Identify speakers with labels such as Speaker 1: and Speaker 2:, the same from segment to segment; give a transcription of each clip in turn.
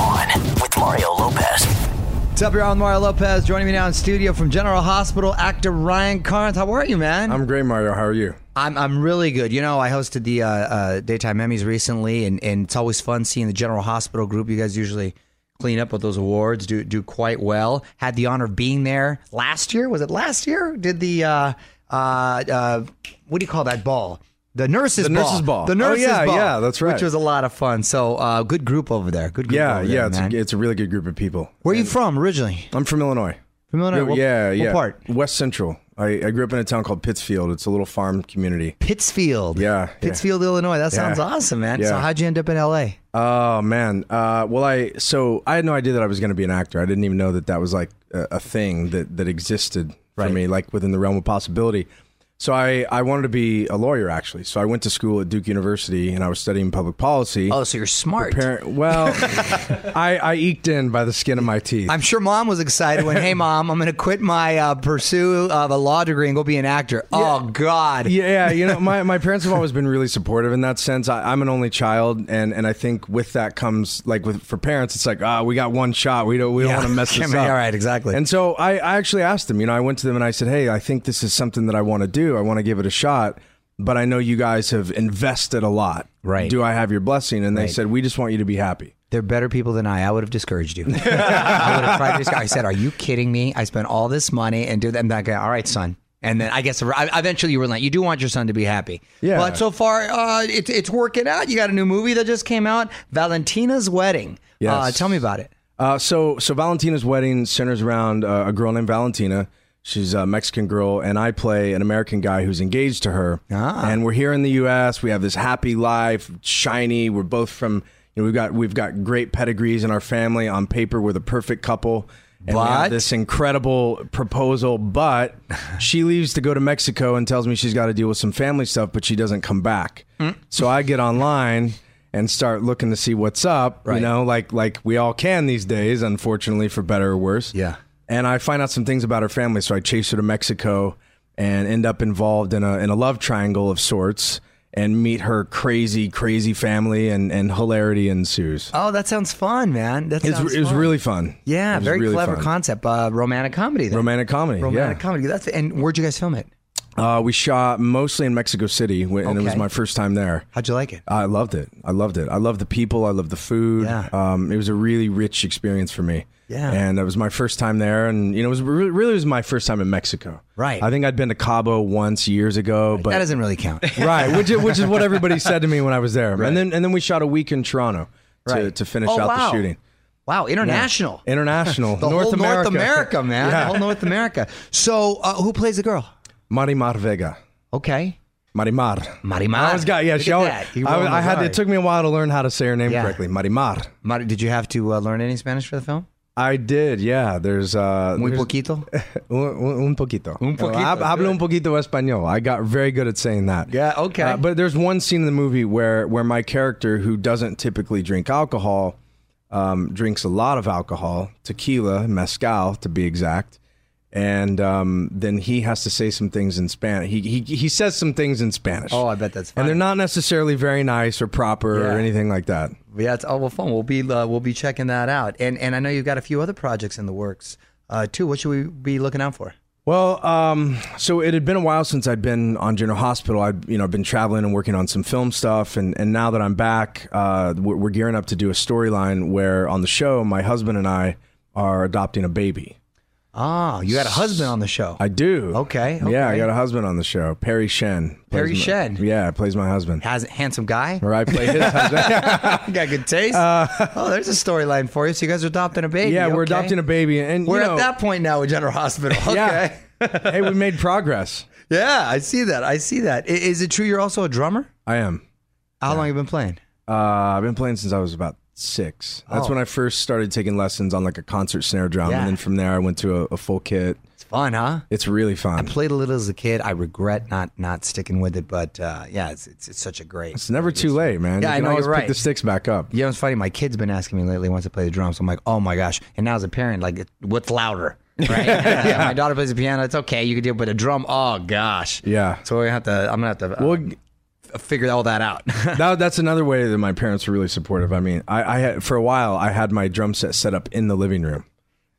Speaker 1: On with Mario Lopez.
Speaker 2: What's up, y'all? I'm Mario Lopez. Joining me now in studio from General Hospital, actor Ryan Carnes. How are you, man?
Speaker 3: I'm great, Mario. How are you?
Speaker 2: I'm I'm really good. You know, I hosted the uh, uh, daytime Emmys recently, and, and it's always fun seeing the General Hospital group. You guys usually clean up with those awards, do do quite well. Had the honor of being there last year. Was it last year? Did the uh, uh, uh, what do you call that ball? The nurses'
Speaker 3: The
Speaker 2: ball.
Speaker 3: nurses' ball.
Speaker 2: The
Speaker 3: Oh,
Speaker 2: nurses'
Speaker 3: yeah,
Speaker 2: ball.
Speaker 3: yeah, that's right.
Speaker 2: Which was a lot of fun. So uh, good group over there. Good group.
Speaker 3: Yeah,
Speaker 2: over there,
Speaker 3: yeah. It's
Speaker 2: man.
Speaker 3: a, it's a really good group of people.
Speaker 2: Where are you from originally?
Speaker 3: I'm from Illinois.
Speaker 2: From Illinois? What-
Speaker 3: yeah,
Speaker 2: what
Speaker 3: yeah.
Speaker 2: part?
Speaker 3: West Central. I, I grew up in a town called Pittsfield. It's a little farm community.
Speaker 2: Pittsfield.
Speaker 3: Yeah, yeah.
Speaker 2: Pittsfield, Illinois. That sounds awesome, man. So
Speaker 3: Yeah.
Speaker 2: how'd you end up in LA?
Speaker 3: Oh man. Uh, well, I so I had no idea that I was going to be an actor. I didn't even know that that was like a, a thing that that existed for
Speaker 2: Right.
Speaker 3: me, like within the realm of possibility. So I I wanted to be a lawyer actually. So I went to school at Duke University and I was studying public policy.
Speaker 2: Oh, so you're smart.
Speaker 3: Parent- well, I, I eked in by the skin of my teeth.
Speaker 2: I'm sure mom was excited when, hey, mom, I'm going to quit my uh, pursuit of a law degree and go be an actor. Oh, God.
Speaker 3: Yeah, yeah, you know, my, my parents have always been really supportive in that sense. I, I'm an only child, and, and I think with that comes like with for parents, it's like ah, we got one shot. We don't we
Speaker 2: Yeah.
Speaker 3: don't want to mess
Speaker 2: I
Speaker 3: this
Speaker 2: mean,
Speaker 3: up.
Speaker 2: all right, exactly.
Speaker 3: And so I, I actually asked them. You know, I went to them and I said, hey, I think this is something that I want to do. I want to give it a shot, but I know you guys have invested a lot.
Speaker 2: Right.
Speaker 3: Do I have your blessing? And they said, we just want you to be happy.
Speaker 2: They're better people than I. I would have discouraged you. I would have tried to discour- I said, are you kidding me? I spent all this money and do that. I'm like, all right, son. And then I guess I- eventually you relent. You do want your son to be happy.
Speaker 3: Yeah.
Speaker 2: But so far, uh, it, it's working out. You got a new movie that just came out, Valentina's Wedding.
Speaker 3: Yes.
Speaker 2: Uh, tell me about it.
Speaker 3: Uh, so, so Valentina's wedding centers around uh, a girl named Valentina. She's a Mexican girl, and I play an American guy who's engaged to her.
Speaker 2: Ah.
Speaker 3: And we're here in the U.S. We have this happy life, shiny. We're both from you know we've got we've got great pedigrees in our family. On paper, we're the perfect couple. And we have
Speaker 2: But-
Speaker 3: this incredible proposal, but she leaves to go to Mexico and tells me she's got to deal with some family stuff, but she doesn't come back.
Speaker 2: Hmm.
Speaker 3: So I get online and start looking to see what's up.
Speaker 2: Right.
Speaker 3: You know, like like we all can these days, unfortunately, for better or worse.
Speaker 2: Yeah.
Speaker 3: And I find out some things about her family, so I chase her to Mexico and end up involved in a in a love triangle of sorts and meet her crazy, crazy family and, and hilarity ensues.
Speaker 2: Oh, that sounds fun, man. That
Speaker 3: It
Speaker 2: sounds
Speaker 3: was, it was
Speaker 2: fun.
Speaker 3: really fun.
Speaker 2: Yeah,
Speaker 3: It was
Speaker 2: very
Speaker 3: really
Speaker 2: clever
Speaker 3: fun.
Speaker 2: concept. Uh, romantic comedy. Then.
Speaker 3: Romantic comedy.
Speaker 2: Romantic
Speaker 3: yeah.
Speaker 2: comedy. That's and where'd you guys film it?
Speaker 3: Uh, we shot mostly in Mexico City, wh- and it was
Speaker 2: Okay.
Speaker 3: my first time there.
Speaker 2: How'd you like it?
Speaker 3: I loved it. I loved it. I loved the people. I loved the food.
Speaker 2: Yeah.
Speaker 3: Um, it was a really rich experience for me.
Speaker 2: Yeah.
Speaker 3: And it was my first time there, and you know, it was really, really was my first time in Mexico.
Speaker 2: Right.
Speaker 3: I think I'd been to Cabo once years ago, but
Speaker 2: that doesn't really count.
Speaker 3: right, which is, which is what everybody said to me when I was there. And then and then we shot a week in Toronto to,
Speaker 2: Right.
Speaker 3: to finish
Speaker 2: Oh,
Speaker 3: out
Speaker 2: wow.
Speaker 3: the shooting.
Speaker 2: Wow, international.
Speaker 3: International,
Speaker 2: The
Speaker 3: North
Speaker 2: whole
Speaker 3: America,
Speaker 2: North America, man.
Speaker 3: Yeah.
Speaker 2: The whole North America. So, uh, who plays the girl?
Speaker 3: Marimar Vega.
Speaker 2: Okay.
Speaker 3: Marimar.
Speaker 2: Marimar.
Speaker 3: I was got yeah.
Speaker 2: Look
Speaker 3: She
Speaker 2: at
Speaker 3: always,
Speaker 2: that.
Speaker 3: I,
Speaker 2: You roll
Speaker 3: I had
Speaker 2: Marimar.
Speaker 3: it took me a while to learn how to say her name
Speaker 2: Yeah.
Speaker 3: correctly. Marimar.
Speaker 2: Mar- Did you have to uh, learn any Spanish for the film?
Speaker 3: I did. Yeah. There's uh.
Speaker 2: Muy
Speaker 3: there's-
Speaker 2: poquito.
Speaker 3: Un, un- un poquito.
Speaker 2: Un poquito,
Speaker 3: Hab-
Speaker 2: good.
Speaker 3: Hablo un poquito español. I got very good at saying that.
Speaker 2: Yeah, okay.
Speaker 3: Uh, but there's one scene in the movie where where my character, who doesn't typically drink alcohol, um, drinks a lot of alcohol, tequila, mezcal, to be exact. And um, then he has to say some things in Spanish. He, he he says some things in Spanish.
Speaker 2: Oh, I bet that's
Speaker 3: And
Speaker 2: funny.
Speaker 3: they're not necessarily very nice or proper
Speaker 2: Yeah.
Speaker 3: or anything like that.
Speaker 2: Yeah, it's oh well, fun. We'll be uh, we'll be checking that out, and and I know you've got a few other projects in the works uh, too. What should we be looking out for?
Speaker 3: Well, um, so it had been a while since I'd been on General Hospital. I'd you know been traveling and working on some film stuff, and and now that I'm back, uh, we're, we're gearing up to do a storyline where on the show, my husband and I are adopting a baby.
Speaker 2: Ah, you had a husband on the show.
Speaker 3: I do.
Speaker 2: Okay,
Speaker 3: Yeah,
Speaker 2: okay.
Speaker 3: I got a husband on the show, Perry Shen. plays
Speaker 2: Perry
Speaker 3: my-
Speaker 2: Shen.
Speaker 3: Yeah, plays my husband.
Speaker 2: Has handsome guy.
Speaker 3: Or I play his husband.
Speaker 2: got good taste. oh, there's a storyline for you. So you guys are adopting a baby.
Speaker 3: Uh, yeah, we're
Speaker 2: okay.
Speaker 3: adopting a baby, and you
Speaker 2: We're
Speaker 3: know,
Speaker 2: at that point now with General Hospital. Okay.
Speaker 3: Yeah.
Speaker 2: Yeah.
Speaker 3: hey, we made progress.
Speaker 2: I see that. I see that. I- Is it true you're also a drummer?
Speaker 3: I am.
Speaker 2: How long have you been playing?
Speaker 3: Uh, I've been playing since I was about six. That's
Speaker 2: Oh.
Speaker 3: when I first started taking lessons on like a concert snare drum,
Speaker 2: Yeah.
Speaker 3: and then from there I went to a, a full kit.
Speaker 2: It's fun, huh?
Speaker 3: It's really fun.
Speaker 2: Played a little as a kid. I regret not not sticking with it, but uh, yeah, it's, it's it's such a great.
Speaker 3: it's never too late, man.
Speaker 2: Yeah,
Speaker 3: you
Speaker 2: I
Speaker 3: can
Speaker 2: know,
Speaker 3: always
Speaker 2: you're
Speaker 3: pick
Speaker 2: right.
Speaker 3: the sticks back up.
Speaker 2: Yeah, it's funny. My kid's been asking me lately, wants to play the drums. I'm like, oh my gosh. And now as a parent, like, what's louder? Right? yeah, my daughter plays the piano. It's okay. You can do it, but a drum, oh gosh.
Speaker 3: Yeah.
Speaker 2: So we have to. I'm gonna have to uh,
Speaker 3: Well,
Speaker 2: f- figure all that out.
Speaker 3: that, that's another way that my parents were really supportive. I mean, I, I had, for a while I had my drum set set up in the living room,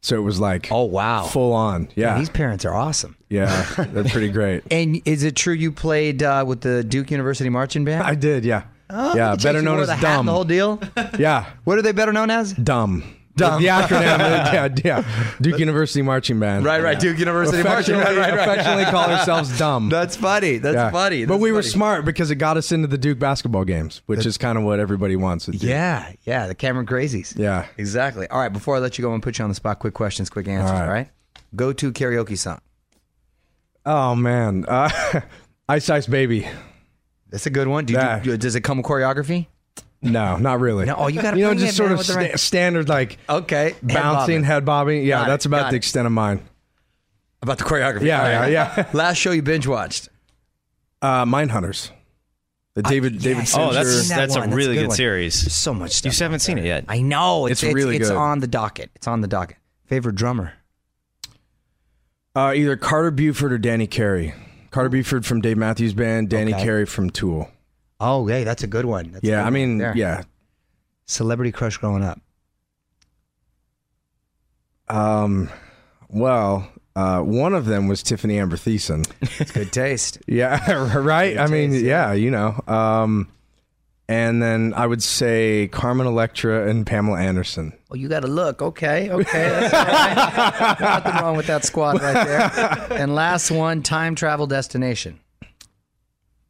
Speaker 3: so it was like
Speaker 2: Oh, wow.
Speaker 3: full on. Yeah,
Speaker 2: These parents are awesome.
Speaker 3: yeah, that's pretty great.
Speaker 2: And is it true you played uh, with the Duke University marching band?
Speaker 3: I did, yeah, yeah.
Speaker 2: Look at Oh, you,
Speaker 3: Better
Speaker 2: you
Speaker 3: known
Speaker 2: wore
Speaker 3: as
Speaker 2: the hat and
Speaker 3: dumb.
Speaker 2: The whole deal.
Speaker 3: yeah,
Speaker 2: What are they better known as?
Speaker 3: dumb. Dumb. The, acronym. yeah, yeah. Duke University marching band.
Speaker 2: Right, right.
Speaker 3: Yeah.
Speaker 2: Duke University marching
Speaker 3: affectionately,
Speaker 2: band. Right, right.
Speaker 3: affectionately call ourselves dumb.
Speaker 2: That's funny. That's
Speaker 3: Yeah.
Speaker 2: funny.
Speaker 3: but
Speaker 2: That's
Speaker 3: we were
Speaker 2: funny.
Speaker 3: smart because it got us into the Duke basketball games, which is kind of what everybody wants. At Duke.
Speaker 2: Yeah, yeah, the Cameron Crazies.
Speaker 3: Yeah.
Speaker 2: exactly. All right, before I let you go and put you on the spot, quick questions, quick answers. All
Speaker 3: All
Speaker 2: right,
Speaker 3: right.
Speaker 2: go to karaoke song.
Speaker 3: Oh man, uh, Ice Ice Baby.
Speaker 2: That's a good one. Do you,
Speaker 3: Yeah.
Speaker 2: do- does it come with choreography?
Speaker 3: No, not really.
Speaker 2: No, oh, you gotta
Speaker 3: you know
Speaker 2: bring
Speaker 3: just
Speaker 2: it,
Speaker 3: sort
Speaker 2: man,
Speaker 3: of
Speaker 2: with the
Speaker 3: sta-
Speaker 2: right-
Speaker 3: standard like
Speaker 2: Okay, Head
Speaker 3: bouncing
Speaker 2: bobbing.
Speaker 3: head bobbing. Yeah,
Speaker 2: Got it,
Speaker 3: that's about
Speaker 2: got
Speaker 3: the
Speaker 2: it.
Speaker 3: extent of mine.
Speaker 2: about the choreography.
Speaker 3: Yeah,
Speaker 2: All right.
Speaker 3: yeah,
Speaker 2: Last show you binge watched.
Speaker 3: Uh, Mine Hunters. The David David.
Speaker 2: yes.
Speaker 4: Oh,
Speaker 3: Fincher-
Speaker 2: Seen
Speaker 4: that's
Speaker 2: that
Speaker 4: that's
Speaker 2: one.
Speaker 4: a
Speaker 2: That's a
Speaker 4: really
Speaker 2: good
Speaker 4: good,
Speaker 2: one.
Speaker 4: series.
Speaker 2: There's so much
Speaker 4: You
Speaker 2: stuff.
Speaker 4: just haven't seen it yet.
Speaker 2: I know it's,
Speaker 3: It's
Speaker 2: it's
Speaker 3: really
Speaker 2: It's
Speaker 3: good.
Speaker 2: on the docket. It's on the docket. Favorite drummer.
Speaker 3: uh, either Carter Buford or Danny Carey. Carter Buford from Dave Matthews Band. Danny
Speaker 2: Okay.
Speaker 3: Carey from Tool.
Speaker 2: Oh, hey, that's a good one. That's a good
Speaker 3: Yeah, I
Speaker 2: one
Speaker 3: mean,
Speaker 2: there.
Speaker 3: yeah.
Speaker 2: Celebrity crush growing up.
Speaker 3: Um, well, uh, one of them was Tiffany Amber Thiessen.
Speaker 2: It's good taste.
Speaker 3: Yeah, right. I mean, yeah, you know. Um, and then I would say Carmen Electra and Pamela Anderson.
Speaker 2: Oh, you got to look. Okay, okay. That's all right. Nothing wrong with that squad right there. And last one, time travel destination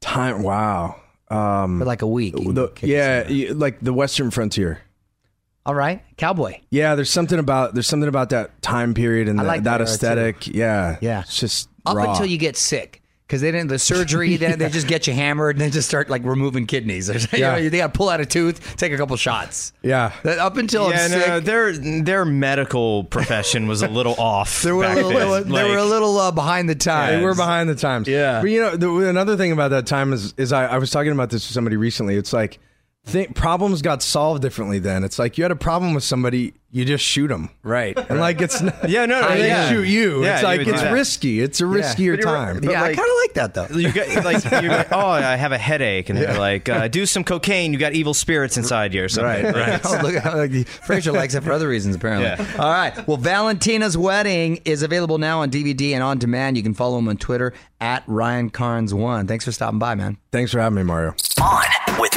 Speaker 3: Time. Wow. Um,
Speaker 2: for like a week. You
Speaker 3: the,
Speaker 2: kick
Speaker 3: yeah,
Speaker 2: yourself.
Speaker 3: y- like the Western frontier.
Speaker 2: All right, cowboy.
Speaker 3: Yeah, there's something about there's something about that time period and
Speaker 2: I
Speaker 3: that,
Speaker 2: like
Speaker 3: that
Speaker 2: that era,
Speaker 3: aesthetic. Yeah,
Speaker 2: Yeah.
Speaker 3: It's just
Speaker 2: Up
Speaker 3: raw.
Speaker 2: until you get sick. Because they didn't the surgery, then they just get you hammered, and they just start like removing kidneys. you know,
Speaker 3: Yeah.
Speaker 2: they got to pull out a tooth, take a couple shots.
Speaker 3: Yeah.
Speaker 2: That- up until
Speaker 4: yeah,
Speaker 2: I'm
Speaker 4: no,
Speaker 2: sick,
Speaker 4: their their medical profession was a little off.
Speaker 2: they were a
Speaker 4: back
Speaker 2: little,
Speaker 4: then.
Speaker 2: they were a
Speaker 4: Like,
Speaker 2: little uh, behind the
Speaker 3: Hey,
Speaker 2: times.
Speaker 3: we're behind the times.
Speaker 4: Yeah.
Speaker 3: But you know, the, another thing about that time is, is I, I was talking about this with somebody recently. It's like think, problems got solved differently then. It's like you had a problem with somebody, you just shoot them.
Speaker 2: right?
Speaker 3: And like it's not,
Speaker 4: Yeah, no, no,
Speaker 3: and they
Speaker 4: yeah.
Speaker 3: shoot you.
Speaker 4: Yeah,
Speaker 3: it's
Speaker 4: you
Speaker 3: like
Speaker 4: would do
Speaker 3: it's
Speaker 4: that.
Speaker 3: risky. It's a riskier time.
Speaker 2: yeah, I
Speaker 4: like-
Speaker 2: kind of like that though.
Speaker 4: You get like, you get, oh, I have a headache, and they're like, uh, do some cocaine. You got evil spirits inside you, or something. Right, right.
Speaker 2: oh, look, like, Fraser likes it for other reasons, apparently. All right. Well, Valentina's Wedding is available now on DVD and on demand. You can follow him on Twitter at Ryan Carnes1. Thanks for stopping by, man.
Speaker 3: Thanks for having me, Mario.
Speaker 1: On with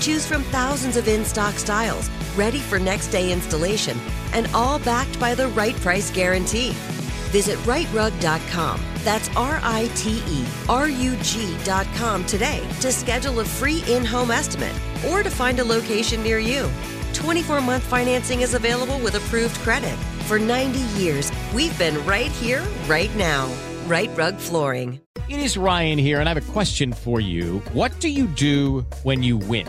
Speaker 5: Choose from thousands of in stock styles, ready for next day installation, and all backed by the right price guarantee. Visit rightrug.com. That's R I T E R U G.com today to schedule a free in home estimate or to find a location near you. 24 month financing is available with approved credit. For 90 years, we've been right here, right now. Right Rug Flooring.
Speaker 6: It is Ryan here, and I have a question for you. What do you do when you win?